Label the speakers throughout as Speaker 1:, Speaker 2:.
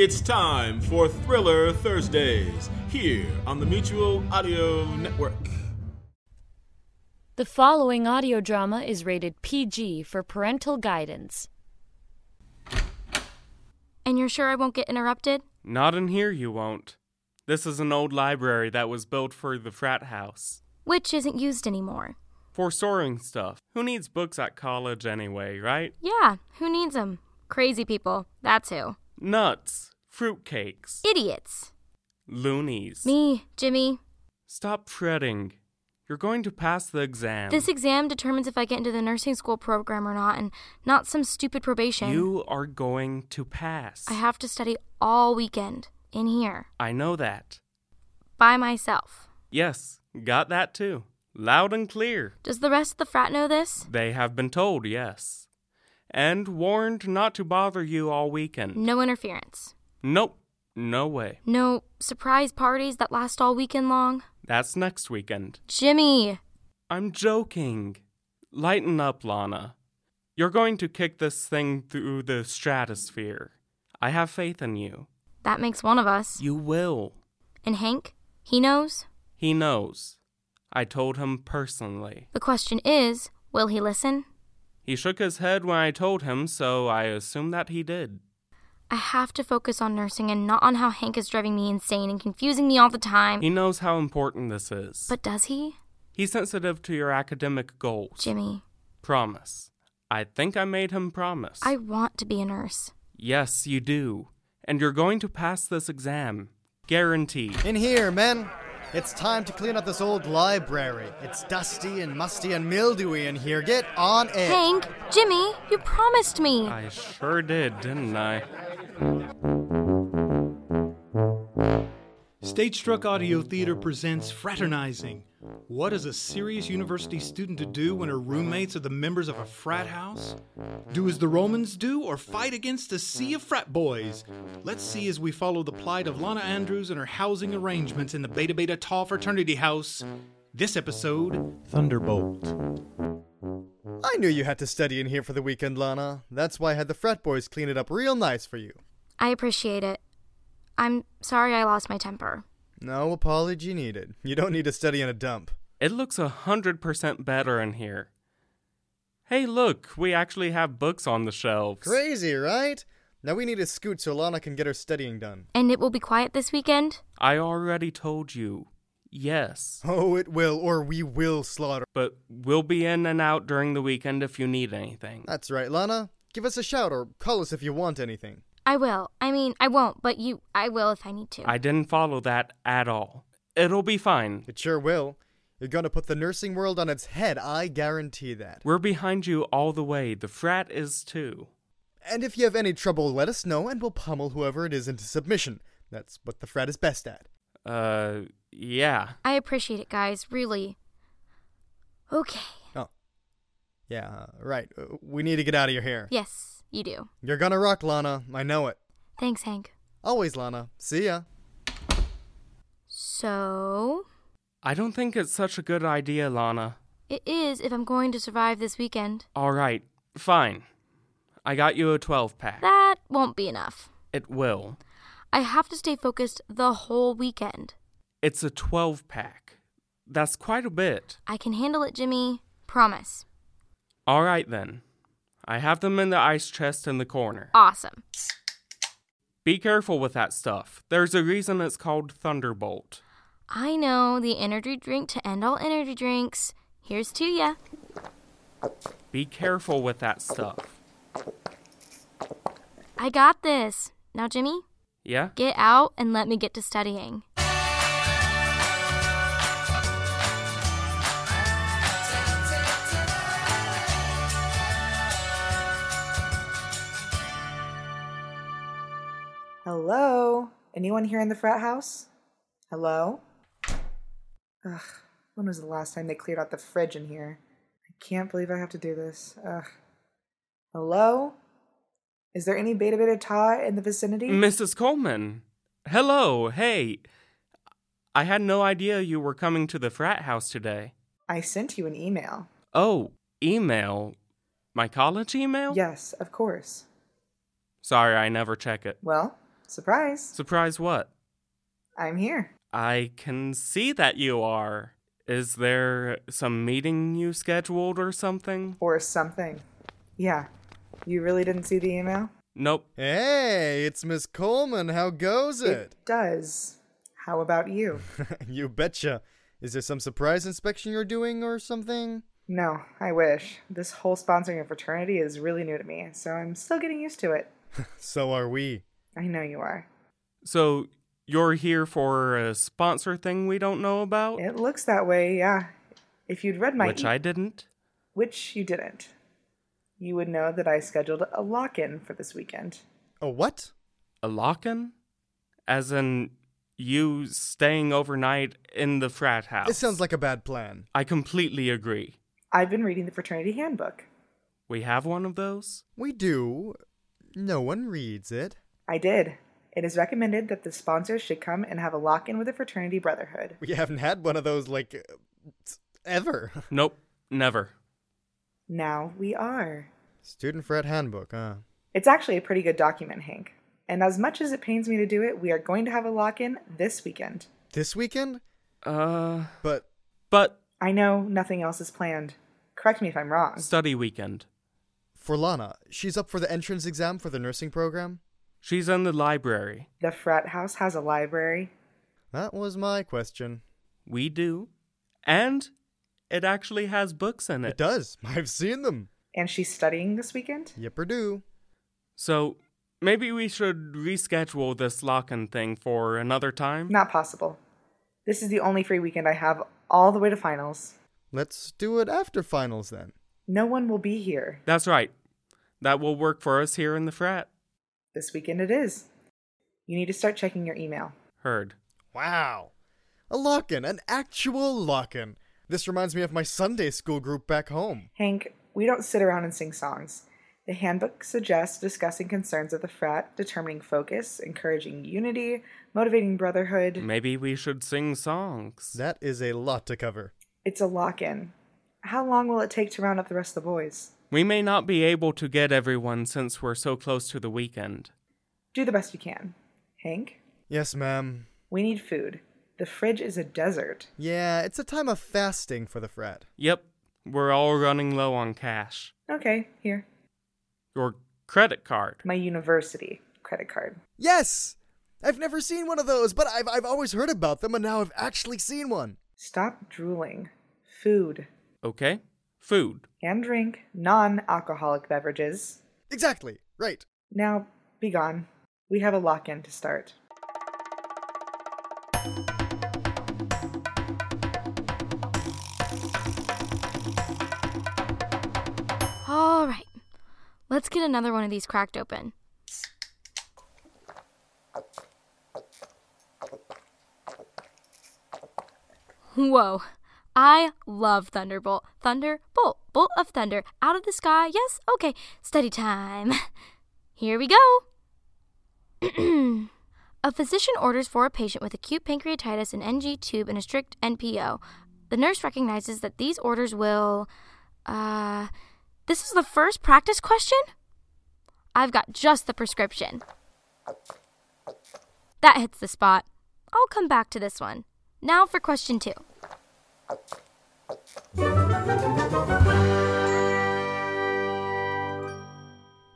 Speaker 1: It's time for Thriller Thursdays here on the Mutual Audio Network.
Speaker 2: The following audio drama is rated PG for parental guidance.
Speaker 3: And you're sure I won't get interrupted?
Speaker 4: Not in here, you won't. This is an old library that was built for the frat house.
Speaker 3: Which isn't used anymore.
Speaker 4: For storing stuff. Who needs books at college anyway, right?
Speaker 3: Yeah, who needs 'em? Crazy people, that's who.
Speaker 4: Nuts. Fruitcakes.
Speaker 3: Idiots.
Speaker 4: Loonies.
Speaker 3: Me, Jimmy.
Speaker 4: Stop fretting. You're going to pass the exam.
Speaker 3: This exam determines if I get into the nursing school program or not, and not some stupid probation.
Speaker 4: You are going to pass.
Speaker 3: I have to study all weekend in here
Speaker 4: I know that.
Speaker 3: by myself.
Speaker 4: Yes, got that too. Loud and clear.
Speaker 3: Does the rest of the frat know this?
Speaker 4: They have been told, yes. And warned not to bother you all weekend.
Speaker 3: No interference.
Speaker 4: Nope. No way.
Speaker 3: No surprise parties that last all weekend long.
Speaker 4: That's next weekend.
Speaker 3: Jimmy,
Speaker 4: I'm joking. Lighten up, Lana. You're going to kick this thing through the stratosphere. I have faith in you.
Speaker 3: that makes one of us.
Speaker 4: You will.
Speaker 3: And Hank, he knows.
Speaker 4: He knows. I told him personally.
Speaker 3: The question is, will he listen?
Speaker 4: He shook his head when I told him, so I assume that he did.
Speaker 3: I have to focus on nursing and not on how Hank is driving me insane and confusing me all the time.
Speaker 4: He knows how important this is.
Speaker 3: But does he?
Speaker 4: He's sensitive to your academic goals.
Speaker 3: Jimmy,
Speaker 4: Promise. I think I made him promise.
Speaker 3: I want to be a nurse.
Speaker 4: Yes, you do. And you're going to pass this exam. Guaranteed.
Speaker 5: In here, men. It's time to clean up this old library. It's dusty and musty and mildewy in here. Get on it.
Speaker 3: Hank, Jimmy, you promised me.
Speaker 4: I sure did, didn't I?
Speaker 6: Stage Struck Audio Theater presents Fraternizing. What is a serious university student to do when her roommates are the members of a frat house? Do as the Romans do or fight against a sea of frat boys? Let's see as we follow the plight of Lana Andrews and her housing arrangements in the Beta Beta Tau fraternity house. This episode,
Speaker 7: Thunderbolt.
Speaker 5: I knew you had to study in here for the weekend, Lana. That's why I had the frat boys clean it up real nice for you.
Speaker 3: I appreciate it. I'm sorry I lost my temper.
Speaker 5: No apology needed. You don't need to study in a dump.
Speaker 4: It looks a hundred percent better in here. Hey, look, we actually have books on the shelves.
Speaker 5: Crazy, right? Now we need to scoot so Lana can get her studying done.
Speaker 3: And it will be quiet this weekend?
Speaker 4: I already told you. Yes.
Speaker 5: Oh, it will, or we will slaughter.
Speaker 4: But we'll be in and out during the weekend if you need anything.
Speaker 5: That's right, Lana. Give us a shout or call us if you want anything.
Speaker 3: I will. I mean, I won't, but you, I will if I need to.
Speaker 4: I didn't follow that at all. It'll be fine.
Speaker 5: It sure will. You're gonna put the nursing world on its head, I guarantee that.
Speaker 4: We're behind you all the way. The frat is too.
Speaker 5: And if you have any trouble, let us know and we'll pummel whoever it is into submission. That's what the frat is best at.
Speaker 4: Uh, yeah.
Speaker 3: I appreciate it, guys, really. Okay.
Speaker 5: Oh. Yeah, right. Uh, We need to get out of your hair.
Speaker 3: Yes, you do.
Speaker 5: You're gonna rock, Lana. I know it.
Speaker 3: Thanks, Hank.
Speaker 5: Always, Lana. See ya.
Speaker 3: So,
Speaker 4: I don't think it's such a good idea, Lana.
Speaker 3: it is if I'm going to survive this weekend.
Speaker 4: All right, fine. I got you a 12 pack.
Speaker 3: That won't be enough.
Speaker 4: It will.
Speaker 3: I have to stay focused the whole weekend.
Speaker 4: It's a 12 pack. That's quite a bit.
Speaker 3: I can handle it, Jimmy. Promise.
Speaker 4: All right then. I have them in the ice chest in the corner.
Speaker 3: Awesome.
Speaker 4: Be careful with that stuff. There's a reason it's called Thunderbolt.
Speaker 3: I know the energy drink to end all energy drinks. Here's to ya.
Speaker 4: Be careful with that stuff.
Speaker 3: I got this. Now, Jimmy,
Speaker 4: Yeah?
Speaker 3: get out and let me get to studying.
Speaker 7: Hello? Anyone here in the frat house? Hello? Ugh, when was the last time they cleared out the fridge in here? I can't believe I have to do this. Ugh. Hello? Is there any Beta Beta Ta in the vicinity?
Speaker 4: Mrs. Coleman. Hello, hey. I had no idea you were coming to the frat house today.
Speaker 7: I sent you an email.
Speaker 4: Oh, email. My college email?
Speaker 7: Yes, of course.
Speaker 4: Sorry, I never check it.
Speaker 7: Well, surprise.
Speaker 4: Surprise what?
Speaker 7: I'm here.
Speaker 4: I can see that you are. Is there some meeting you scheduled or something?
Speaker 7: Or something. Yeah. You really didn't see the email?
Speaker 4: Nope.
Speaker 5: Hey, it's Miss Coleman. How goes it?
Speaker 7: does. How about you?
Speaker 5: you betcha. Is there some surprise inspection you're doing or something?
Speaker 7: No, I wish. This whole sponsoring a fraternity is really new to me, so I'm still getting used to it.
Speaker 5: So are we.
Speaker 7: I know you are.
Speaker 4: So, you're here for a sponsor thing we don't know about?
Speaker 7: It looks that way, yeah. If you'd read my
Speaker 4: Oh. which
Speaker 7: e-
Speaker 4: I didn't.
Speaker 7: which you didn't, you would know that I scheduled a lock-in for this weekend.
Speaker 5: A what?
Speaker 4: A lock-in? As in, you staying overnight in the frat house.
Speaker 5: This sounds like a bad plan.
Speaker 4: I completely agree.
Speaker 7: I've been reading the fraternity handbook.
Speaker 4: We have one of those?
Speaker 5: We do. No one reads it.
Speaker 7: I did. It is recommended that the sponsors should come and have a lock-in with a fraternity brotherhood.
Speaker 5: We haven't had one of those, like, uh, t- ever.
Speaker 4: Nope, never.
Speaker 7: Now we are.
Speaker 5: Student frat handbook, huh?
Speaker 7: It's actually a pretty good document, Hank. And as much as it pains me to do it, we are going to have a lock-in this weekend.
Speaker 5: This weekend?
Speaker 4: Uh,
Speaker 5: But
Speaker 4: but
Speaker 7: I know nothing else is planned. Correct me if I'm wrong.
Speaker 4: study weekend.
Speaker 5: for Lana, she's up for the entrance exam for the nursing program?
Speaker 4: She's in the library.
Speaker 7: The frat house has a library.
Speaker 5: That was my question.
Speaker 4: We do. And it actually has books in
Speaker 5: It
Speaker 4: it.
Speaker 5: does. I've seen them.
Speaker 7: And she's studying this weekend?
Speaker 5: Yipper do.
Speaker 4: So maybe we should reschedule this lock-in thing for another time?
Speaker 7: Not possible. This is the only free weekend I have all the way to finals.
Speaker 5: Let's do it after finals then.
Speaker 7: No one will be here.
Speaker 4: That's right. That will work for us here in the frat.
Speaker 7: This weekend it is. You need to start checking your email.
Speaker 4: Heard.
Speaker 5: Wow. A lock-in, an actual lock-in. This reminds me of my Sunday school group back home.
Speaker 7: Hank, we don't sit around and sing songs. The handbook suggests discussing concerns of the frat, determining focus, encouraging unity, motivating brotherhood.
Speaker 4: Maybe we should sing songs.
Speaker 5: That is a lot to cover.
Speaker 7: It's a lock in. How long will it take to round up the rest of the boys?
Speaker 4: we may not be able to get everyone since we're so close to the weekend.
Speaker 7: Do the best you can. Hank,
Speaker 5: Yes, ma'am.
Speaker 7: we need food. The fridge is a desert.
Speaker 5: Yeah, it's a time of fasting for the frat.
Speaker 4: Yep, we're all running low on cash.
Speaker 7: Okay, here.
Speaker 4: Your credit card.
Speaker 7: My university credit card.
Speaker 5: Yes! I've never seen one of those, but I've, I've always heard about them, and now I've actually seen one.
Speaker 7: Stop drooling. Food
Speaker 4: Okay. Food.
Speaker 7: and drink non alcoholic beverages.
Speaker 5: Exactly. Right.
Speaker 7: Now, be gone. We have a lock in to start.
Speaker 3: All right. Let's get another one of these cracked open. Whoa. I love Thunderbolt. Thunderbolt. Bolt of thunder. Out of the sky. Yes? Okay. Study time. Here we go. a physician orders for a patient with acute pancreatitis an NG tube and a strict NPO. The nurse recognizes that these orders will. Uh. This is the first practice question? I've got just the prescription. That hits the spot. I'll come back to this one. Now for question two.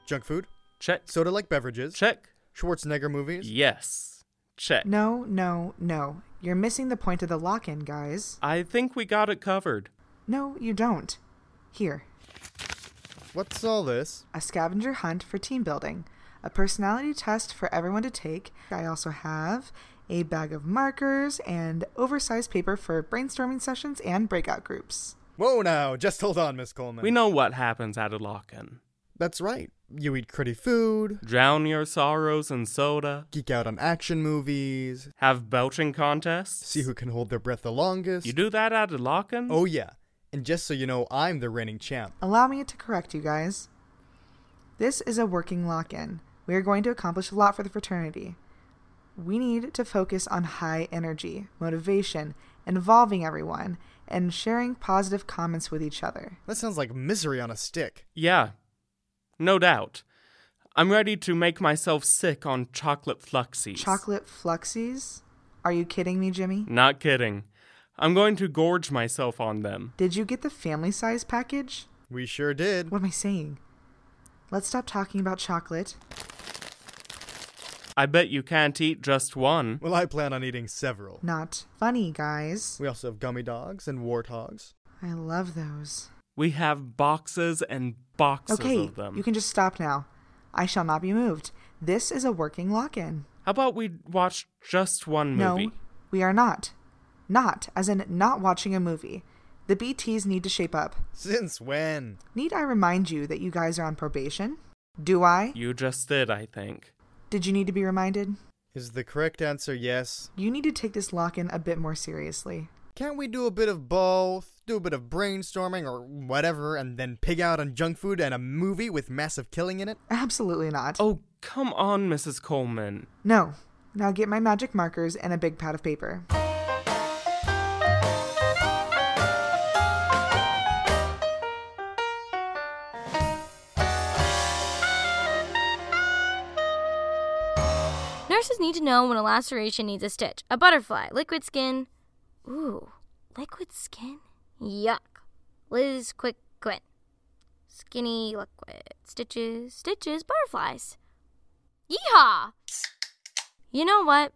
Speaker 5: Junk food,
Speaker 4: Check.
Speaker 5: soda like beverages,
Speaker 4: Check.
Speaker 5: Schwarzenegger movies.
Speaker 4: Yes. Check.
Speaker 7: No, no, no. You're missing the point of the lock in, guys.
Speaker 4: I think we got it covered.
Speaker 7: No, you don't. Here,
Speaker 5: What's all this?
Speaker 7: a scavenger hunt for team building, a personality test for everyone to take. I also have a bag of markers and oversized paper for brainstorming sessions and breakout groups.
Speaker 5: Whoa now, just hold on, Miss Coleman.
Speaker 4: We know what happens at a lock in.
Speaker 5: That's right. You eat cruddy food,
Speaker 4: Drown your sorrows in soda.
Speaker 5: geek out on action movies,
Speaker 4: Have belching contests.
Speaker 5: see who can hold their breath the longest.
Speaker 4: You do that at Locken?
Speaker 5: Oh, yeah. And just so you know, I'm the reigning champ.
Speaker 7: Allow me to correct you guys. This is a working lock in. We are going to accomplish a lot for the fraternity. We need to focus on high energy, motivation, involving everyone, and sharing positive comments with each other.
Speaker 5: That sounds like misery on a stick.
Speaker 4: Yeah. No doubt. I'm ready to make myself sick on chocolate fluxies.
Speaker 7: Chocolate fluxies? Are you kidding me, Jimmy?
Speaker 4: Not kidding. I'm going to gorge myself on them.
Speaker 7: Did you get the family size package?
Speaker 5: We sure did.
Speaker 7: What am I saying? Let's stop talking about chocolate.
Speaker 4: I bet you can't eat just one.
Speaker 5: Well, I plan on eating several.
Speaker 7: Not funny, guys.
Speaker 5: We also have gummy dogs and warthogs.
Speaker 7: I love those.
Speaker 4: We have boxes and boxes
Speaker 7: Okay,
Speaker 4: of them.
Speaker 7: you can just stop now. I shall not be moved. This is a working lock in.
Speaker 4: How about we watch just one movie?
Speaker 7: No, we are not. Not, as in not watching a movie. The BTs need to shape up.
Speaker 5: Since when?
Speaker 7: Need I remind you that you guys are on probation? Do I?
Speaker 4: You just did, I think.
Speaker 7: Did you need to be reminded?
Speaker 5: Is the correct answer yes?
Speaker 7: You need to take this lock in a bit more seriously.
Speaker 5: Can't we do a bit of both? Do a bit of brainstorming or whatever, and then pig out on junk food and a movie with massive killing in it?
Speaker 7: Absolutely not.
Speaker 4: Oh, come on, Mrs. Coleman.
Speaker 7: No. Now get my magic markers and a big pad of paper.
Speaker 3: Nurses need to know when a laceration needs a stitch. A butterfly, liquid skin. Ooh, liquid skin? Yuck. Liz Quick Quinn. Skinny liquid. Stitches, stitches, butterflies. Yeehaw! You know what?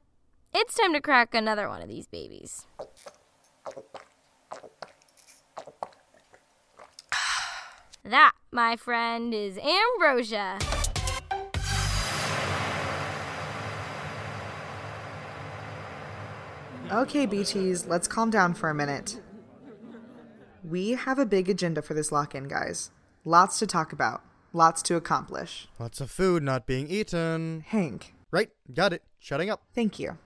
Speaker 3: It's time to crack another one of these babies. That, my friend, is ambrosia.
Speaker 7: Okay, BTs, let's calm down for a minute. We have a big agenda for this lock in, guys. Lots to talk about, lots to accomplish.
Speaker 5: Lots of food not being eaten.
Speaker 7: Hank,
Speaker 5: Right, got it. Shutting up.
Speaker 7: Thank you.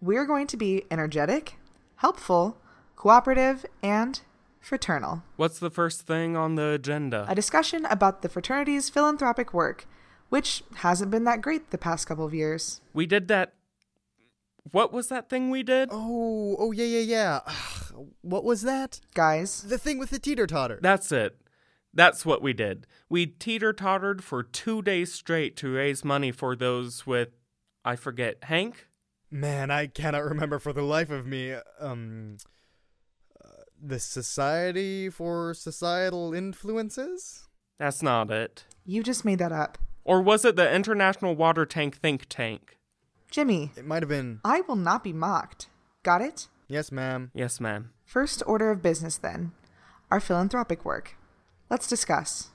Speaker 7: We're going to be energetic, helpful, cooperative, and fraternal.
Speaker 4: What's the first thing on the agenda?
Speaker 7: A discussion about the fraternity's philanthropic work, which hasn't been that great the past couple of years.
Speaker 4: we did that. What was that thing we did?
Speaker 5: Oh, oh yeah, yeah, yeah. Ugh, what was that?
Speaker 7: Guys,
Speaker 5: The thing with the teeter totter.
Speaker 4: That's it. That's what we did. We teeter tottered for two days straight to raise money for those with, I forget, Hank?
Speaker 5: Man, I cannot remember for the life of me. Um, uh, the Society for Societal Influences.
Speaker 4: That's not it.
Speaker 7: you just made that up.
Speaker 4: Or was it the International Water Tank Think Tank?
Speaker 7: Jimmy,
Speaker 5: It might have been.
Speaker 7: I will not be mocked. Got it?
Speaker 5: Yes, ma'am.
Speaker 4: Yes, ma'am.
Speaker 7: First order of business, then. Our philanthropic work. Let's discuss.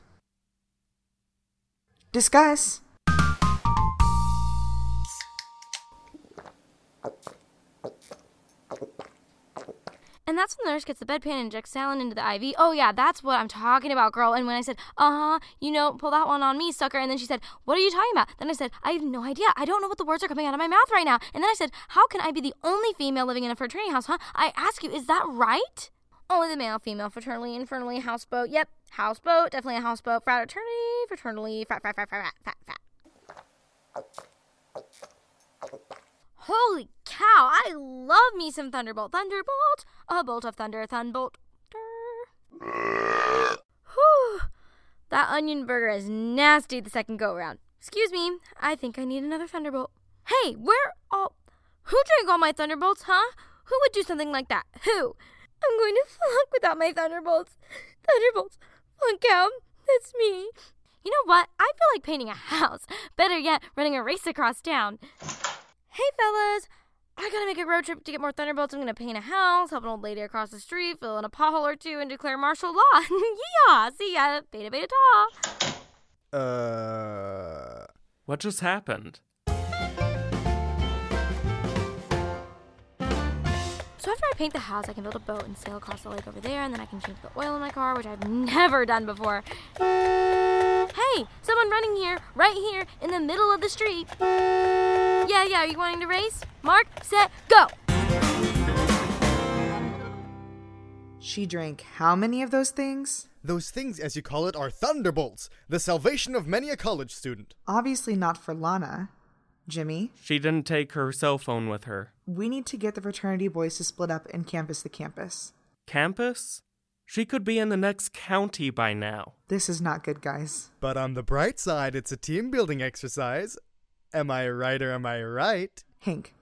Speaker 7: Discuss!
Speaker 3: And that's when the nurse gets the bedpan and injects saline into the IV. Oh, yeah, that's what I'm talking about, girl. And when I said, uh huh, you know, pull that one on me, sucker. And then she said, what are you talking about? Then I said, I have no idea. I don't know what the words are coming out of my mouth right now. And then I said, how can I be the only female living in a fraternity house, huh? I ask you, is that right? Only the male, female, fraternally, infernally, houseboat. Yep, houseboat, definitely a houseboat. Fraternity, fraternally, frat, frat, frat, frat, frat, frat, frat. Holy cow, I love me some Thunderbolt. Thunderbolt, a bolt of thunder, Thunderbolt. Whew, that onion burger is nasty the second go around. Excuse me, I think I need another Thunderbolt. Hey, where all. Who drank all my Thunderbolts, huh? Who would do something like that? Who? I'm going to flunk without my Thunderbolts. Thunderbolts, flunk out. That's me. You know what? I feel like painting a house. Better yet, running a race across town. Hey, fellas. I gotta make a road trip to get more Thunderbolts. I'm gonna paint a house, help an old lady across the street, fill in a pothole or two, and declare martial law. Yeehaw! See ya! Beta, beta, ta!
Speaker 5: Uh,
Speaker 4: What just happened?
Speaker 3: So after I paint the house, I can build a boat and sail across the lake over there, and then I can change the oil in my car, which I've never done before. Hey, someone running here, right here, in the middle of the street. Yeah, yeah, are you wanting to race? Mark, set, go!
Speaker 7: She drank how many of those things?
Speaker 5: Those things, as you call it, are thunderbolts, the salvation of many a college student.
Speaker 7: Obviously not for Lana. Jimmy,
Speaker 4: She didn't take her cell phone with her.
Speaker 7: we need to get the fraternity boys to split up and campus the campus.
Speaker 4: Campus? She could be in the next county by now.
Speaker 7: This is not good, guys.
Speaker 5: But on the bright side, it's a team building exercise. Am I right or am I right?
Speaker 7: Hank,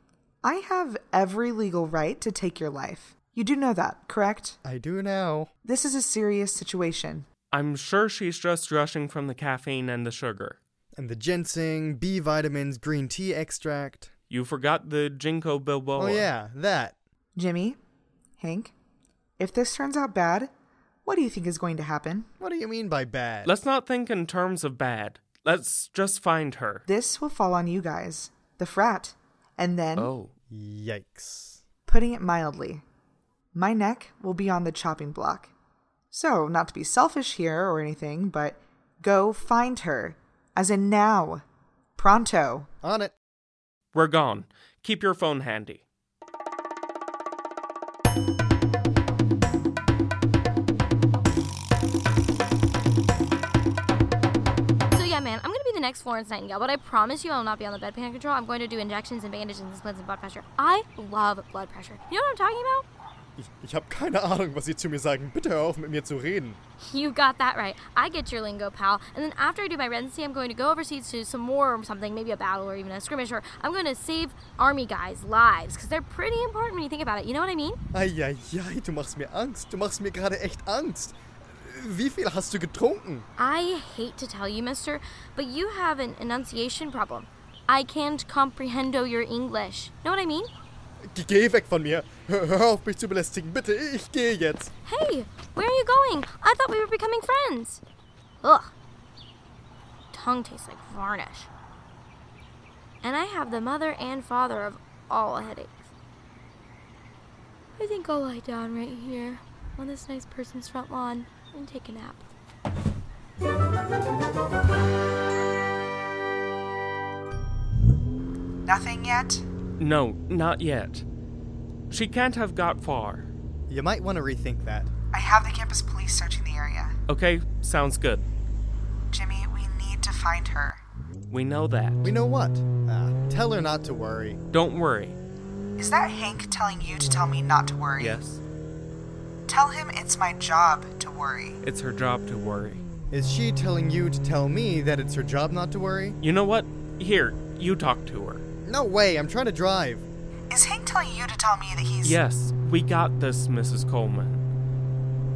Speaker 7: I have every legal right to take your life. You do know that, correct?
Speaker 5: I do now.
Speaker 7: This is a serious situation.
Speaker 4: I'm sure she's just rushing from the caffeine and the sugar.
Speaker 5: And the ginseng, B vitamins, green tea extract.
Speaker 4: You forgot the Jinko Bilboa.
Speaker 5: oh, yeah, that.
Speaker 7: Jimmy, Hank, if this turns out bad, what do you think is going to happen?
Speaker 5: What do you mean by bad?
Speaker 4: Let's not think in terms of bad. Let's just find her.
Speaker 7: This will fall on you guys, the frat, and then,
Speaker 4: Oh.
Speaker 5: Yikes.
Speaker 7: putting it mildly, my neck will be on the chopping block. So, not to be selfish here or anything, but go find her. As in now. Pronto.
Speaker 5: On it.
Speaker 4: We're gone. Keep your phone handy.
Speaker 3: So yeah, man, I'm gonna be the next Florence Nightingale, but I promise you I'll not be on the bedpan control. I'm going to do injections and bandages and splints and blood pressure. I love blood pressure. You know what I'm talking about?
Speaker 5: Ich, ich hab keine Ahnung, was Sie zu mir sagen. Bitte hör auf, mit mir zu reden.
Speaker 3: You got that right. I get your lingo, pal. And then after I do my residency, I'm going to go overseas to some war or something, maybe a battle or even a skirmish, or I'm going to save army guys' lives because they're pretty important when you think about it. You know what I mean?
Speaker 5: Eieiei, du machst mir Angst. Du machst mir gerade echt Angst. Wie viel hast du getrunken?
Speaker 3: I hate to tell you, mister, but you have an enunciation problem. I can't comprehendo your English. Know what I mean?
Speaker 5: Ge- Geh weg von mir. Hör, hör auf, mich zu belästigen. Bitte, ich gehe jetzt.
Speaker 3: Hey, where are you going? I thought we were becoming friends. Ugh. Tongue tastes like varnish. And I have the mother and father of all headaches. I think I'll lie down right here on this nice person's front lawn and take a nap.
Speaker 7: Nothing yet?
Speaker 4: No, not yet. She can't have got far.
Speaker 5: You might want to rethink that.
Speaker 7: I have the campus police searching the area.
Speaker 4: Okay, sounds good.
Speaker 7: Jimmy, we need to find her.
Speaker 4: We know that.
Speaker 5: We know what. Ah, tell her not to worry.
Speaker 4: Don't worry.
Speaker 7: Is that Hank telling you to tell me not to worry?
Speaker 4: Yes,
Speaker 7: Tell him it's my job to worry.
Speaker 4: it's her job to worry.
Speaker 5: Is she telling you to tell me that it's her job not to worry?
Speaker 4: You know what? Here, you talk to her.
Speaker 5: No way, I'm trying to drive.
Speaker 7: Is Hank telling you to tell me that he's.
Speaker 4: Yes, we got this, Mrs. Coleman.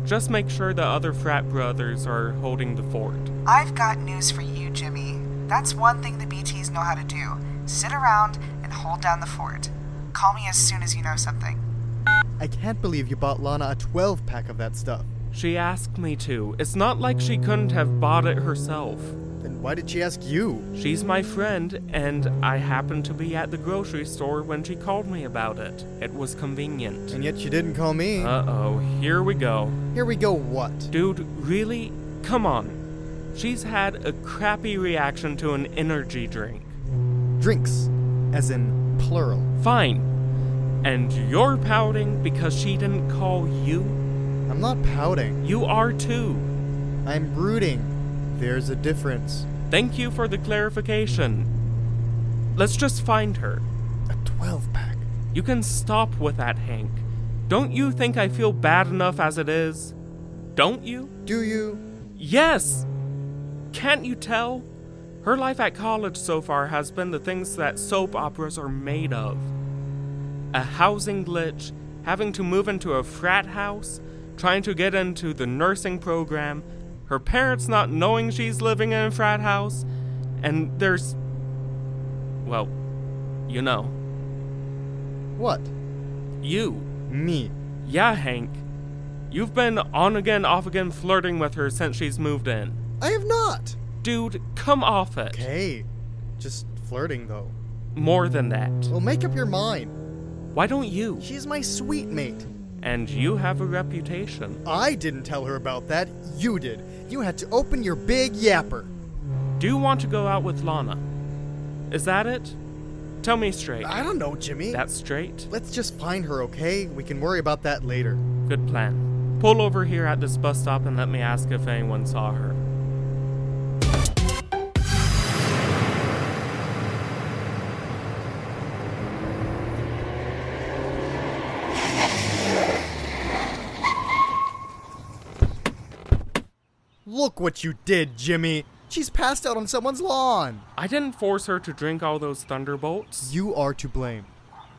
Speaker 4: Just make sure the other frat brothers are holding the fort.
Speaker 7: I've got news for you, Jimmy. That's one thing the BTs know how to do sit around and hold down the fort. Call me as soon as you know something.
Speaker 5: I can't believe you bought Lana a 12 pack of that stuff.
Speaker 4: She asked me to. It's not like she couldn't have bought it herself.
Speaker 5: Then why did she ask you?
Speaker 4: She's my friend, and I happened to be at the grocery store when she called me about it. It was convenient.
Speaker 5: And yet she didn't call me.
Speaker 4: Uh oh, here we go.
Speaker 5: Here we go, what?
Speaker 4: Dude, really? Come on. She's had a crappy reaction to an energy drink.
Speaker 5: Drinks, as in plural.
Speaker 4: Fine. And you're pouting because she didn't call you?
Speaker 5: I'm not pouting,
Speaker 4: You are too.
Speaker 5: I'm brooding. There's a difference.
Speaker 4: Thank you for the clarification. Let's just find her.
Speaker 5: A 12 pack.
Speaker 4: You can stop with that, Hank. Don't you think I feel bad enough as it is? Don't you?
Speaker 5: Do you?
Speaker 4: Yes! Can't you tell? Her life at college so far has been the things that soap operas are made of a housing glitch, having to move into a frat house, trying to get into the nursing program, her parents not knowing she's living in a frat house, and there's. well, you know.
Speaker 5: What?
Speaker 4: You.
Speaker 5: Me.
Speaker 4: Yeah, Hank. You've been on again, off again flirting with her since she's moved in.
Speaker 5: I have not!
Speaker 4: Dude, come off it.
Speaker 5: Okay. Just flirting, though.
Speaker 4: More than that.
Speaker 5: Well, make up your mind.
Speaker 4: Why don't you?
Speaker 5: She's my sweet mate.
Speaker 4: And you have a reputation.
Speaker 5: I didn't tell her about that. You did. You had to open your big yapper.
Speaker 4: do want to go out with Lana. Is that it? Tell me straight.
Speaker 5: I don't know, Jimmy.
Speaker 4: That's straight?
Speaker 5: Let's just find her, okay? We can worry about that later.
Speaker 4: Good plan. Pull over here at this bus stop and let me ask if anyone saw her.
Speaker 5: Look what you did, Jimmy. She's passed out on someone's lawn.
Speaker 4: I didn't force her to drink all those thunderbolts.
Speaker 5: You are to blame.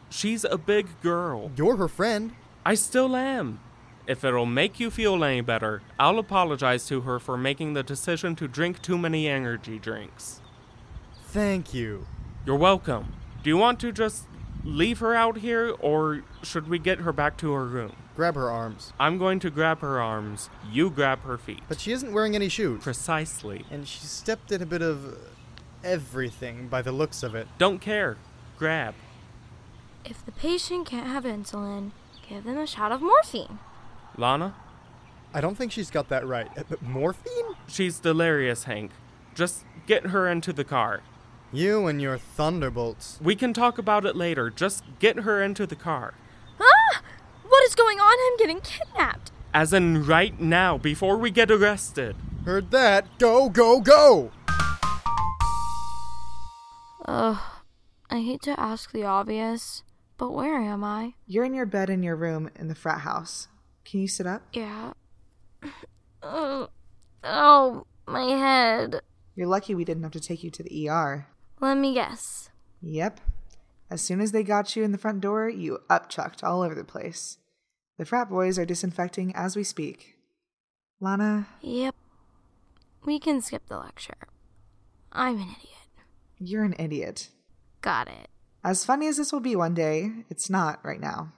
Speaker 4: She's a big girl.
Speaker 5: You're her friend.
Speaker 4: I still am. If it'll make you feel any better, I'll apologize to her for making the decision to drink too many energy drinks.
Speaker 5: Thank you.
Speaker 4: You're welcome. Do you want to just leave her out here, or should we get her back to her room?
Speaker 5: Grab her arms.
Speaker 4: I'm going to grab her arms, you grab her feet.
Speaker 5: But she isn't wearing any shoes.
Speaker 4: Precisely.
Speaker 5: and she stepped in a bit of everything by the looks of it.
Speaker 4: Don't care. Grab.
Speaker 3: If the patient can't have insulin, give them a shot of morphine.
Speaker 4: Lana?
Speaker 5: I don't think she's got that right. Uh, But morphine?
Speaker 4: She's delirious, Hank. Just get her into the car.
Speaker 5: You and your thunderbolts.
Speaker 4: We can talk about it later. Just get her into the car.
Speaker 3: Ah! What is going on? I'm getting kidnapped.
Speaker 4: As in right now, before we get arrested.
Speaker 5: Heard that? Go, go, go!
Speaker 3: Ugh. I hate to ask the obvious, but where am I?
Speaker 7: You're in your bed in your room in the frat house. Can you sit up?
Speaker 3: Yeah. Ugh. oh, my head.
Speaker 7: You're lucky we didn't have to take you to the ER.
Speaker 3: Let me guess.
Speaker 7: Yep. As soon as they got you in the front door, you upchucked all over the place. The frat boys are disinfecting as we speak. Lana,
Speaker 3: Yep. We can skip the lecture. I'm an idiot.
Speaker 7: you're an idiot.
Speaker 3: Got it.
Speaker 7: As funny as this will be one day, it's not right now.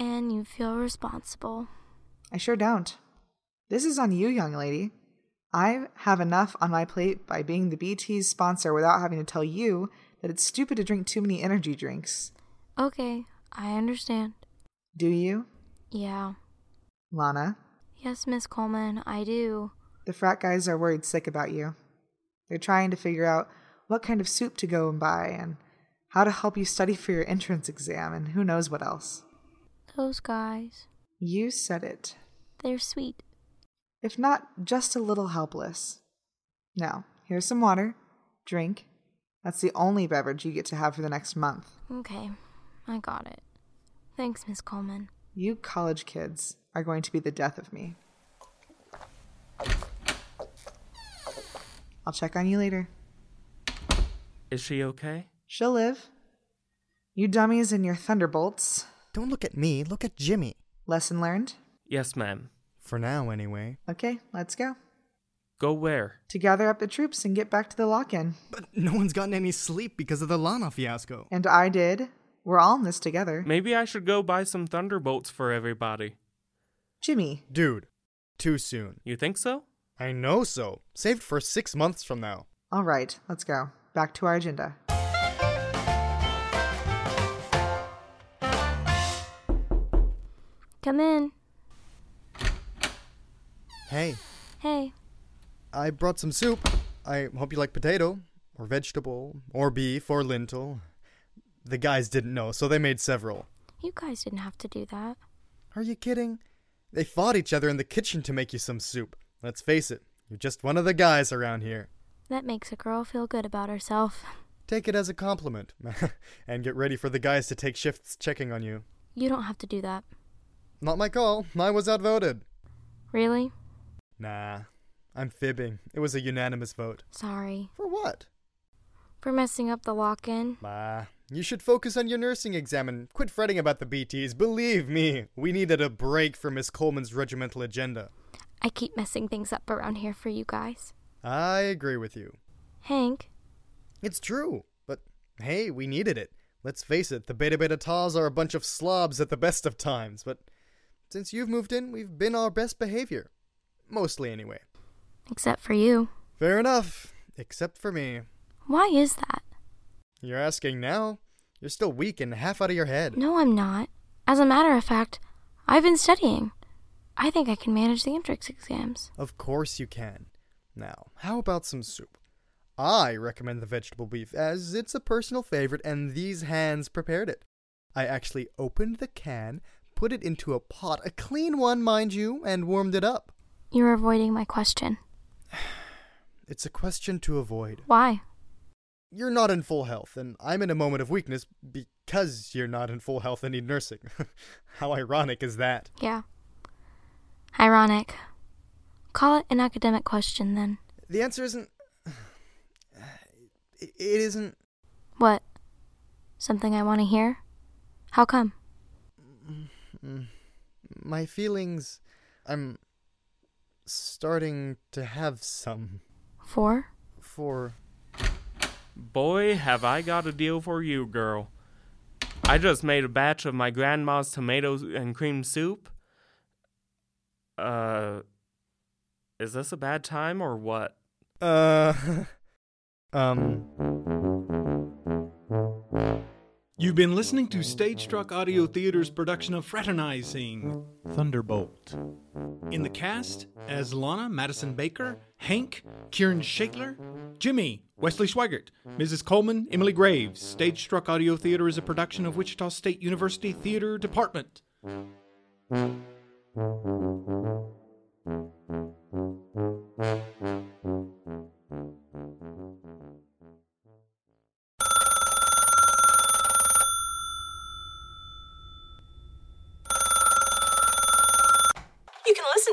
Speaker 3: And you feel responsible.
Speaker 7: I sure don't. This is on you, young lady. I have enough on my plate by being the BT's sponsor without having to tell you that it's stupid to drink too many energy drinks.
Speaker 3: Okay, I understand.
Speaker 7: Do you,
Speaker 3: Yeah.
Speaker 7: Lana?
Speaker 3: Yes, Miss Coleman, I do.
Speaker 7: The frat guys are worried sick about you. They're trying to figure out what kind of soup to go and buy and how to help you study for your entrance exam and who knows what else.
Speaker 3: Those guys,
Speaker 7: You said it.
Speaker 3: they're sweet.
Speaker 7: If not, just a little helpless. Now, here's some water. Drink. That's the only beverage you get to have for the next month.
Speaker 3: Okay, I got it. Thanks, Miss Coleman.
Speaker 7: You college kids are going to be the death of me. I'll check on you later.
Speaker 4: Is she okay?
Speaker 7: She'll live. You dummies and your thunderbolts.
Speaker 5: Don't look at me, look at Jimmy.
Speaker 7: Lesson learned.
Speaker 4: Yes, ma'am.
Speaker 5: For now, anyway.
Speaker 7: Okay, let's go.
Speaker 4: Go where?
Speaker 7: To gather up the troops and get back to the lock in.
Speaker 5: But no one's gotten any sleep because of the Lana fiasco.
Speaker 7: And I did. We're all in this together.
Speaker 4: Maybe I should go buy some thunderbolts for everybody.
Speaker 7: Jimmy,
Speaker 5: Dude, too soon.
Speaker 4: You think so?
Speaker 5: I know so. Saved for six months from now.
Speaker 7: all right, let's go. Back to our agenda.
Speaker 3: Come in.
Speaker 5: Hey,
Speaker 3: Hey,
Speaker 5: I brought some soup. I hope you like potato, or vegetable, or beef, or lentil. The guys didn't know, so they made several.
Speaker 3: you guys didn't have to do that.
Speaker 5: Are you kidding? They fought each other in the kitchen to make you some soup. Let's face it, you're just one of the guys around here.
Speaker 3: That makes a girl feel good about herself.
Speaker 5: Take it as a compliment, and get ready for the guys to take shifts checking on you.
Speaker 3: You don't have to do that.
Speaker 5: Not my call, I was outvoted.
Speaker 3: Really?
Speaker 5: Nah, I'm fibbing. It was a unanimous vote.
Speaker 3: Sorry.
Speaker 5: For what?
Speaker 3: For messing up the lock in.
Speaker 5: Nah, you should focus on your nursing exam and quit fretting about the BTs. Believe me, we needed a break from Miss Coleman's regimental agenda.
Speaker 3: I keep messing things up around here for you guys.
Speaker 5: I agree with you.
Speaker 3: Hank,
Speaker 5: It's true, but hey, we needed it. Let's face it, the Beta Beta Tas are a bunch of slobs at the best of times, but since you've moved in, we've been our best behavior. Mostly, anyway.
Speaker 3: except for you.
Speaker 5: Fair enough, except for me.
Speaker 3: Why is that?
Speaker 5: You're asking now? You're still weak and half out of your head.
Speaker 3: No, I'm not. As a matter of fact, I've been studying. I think I can manage the entrance exams.
Speaker 5: Of course you can. Now, how about some soup? I recommend the vegetable beef as it's a personal favorite and these hands prepared it. I actually opened the can, put it into a pot, a clean one, mind you, and warmed it up.
Speaker 3: You're avoiding my question.
Speaker 5: It's a question to avoid.
Speaker 3: Why?
Speaker 5: You're not in full health, and I'm in a moment of weakness because you're not in full health and need nursing. How ironic is that?
Speaker 3: Yeah. Ironic. Call it an academic question then.
Speaker 5: The answer isn't. It it isn't.
Speaker 3: What? Something I want to hear? How come?
Speaker 5: My feelings. I'm starting to have some
Speaker 3: For?
Speaker 5: for.
Speaker 4: Boy, have I got a deal for you, girl. I just made a batch of my grandma's tomato and cream soup. Uh, is this a bad time or what?
Speaker 5: Uh. um.
Speaker 6: You've been listening to Stage Struck Audio Theater's production of Fraternizing Thunderbolt. In the cast, as Lana Madison Baker, Hank, Kieran Shakler, Jimmy, Wesley Swigert, Mrs. Coleman, Emily Graves. Stage Struck Audio Theater is a production of Wichita State University Theater Department.
Speaker 8: You can listen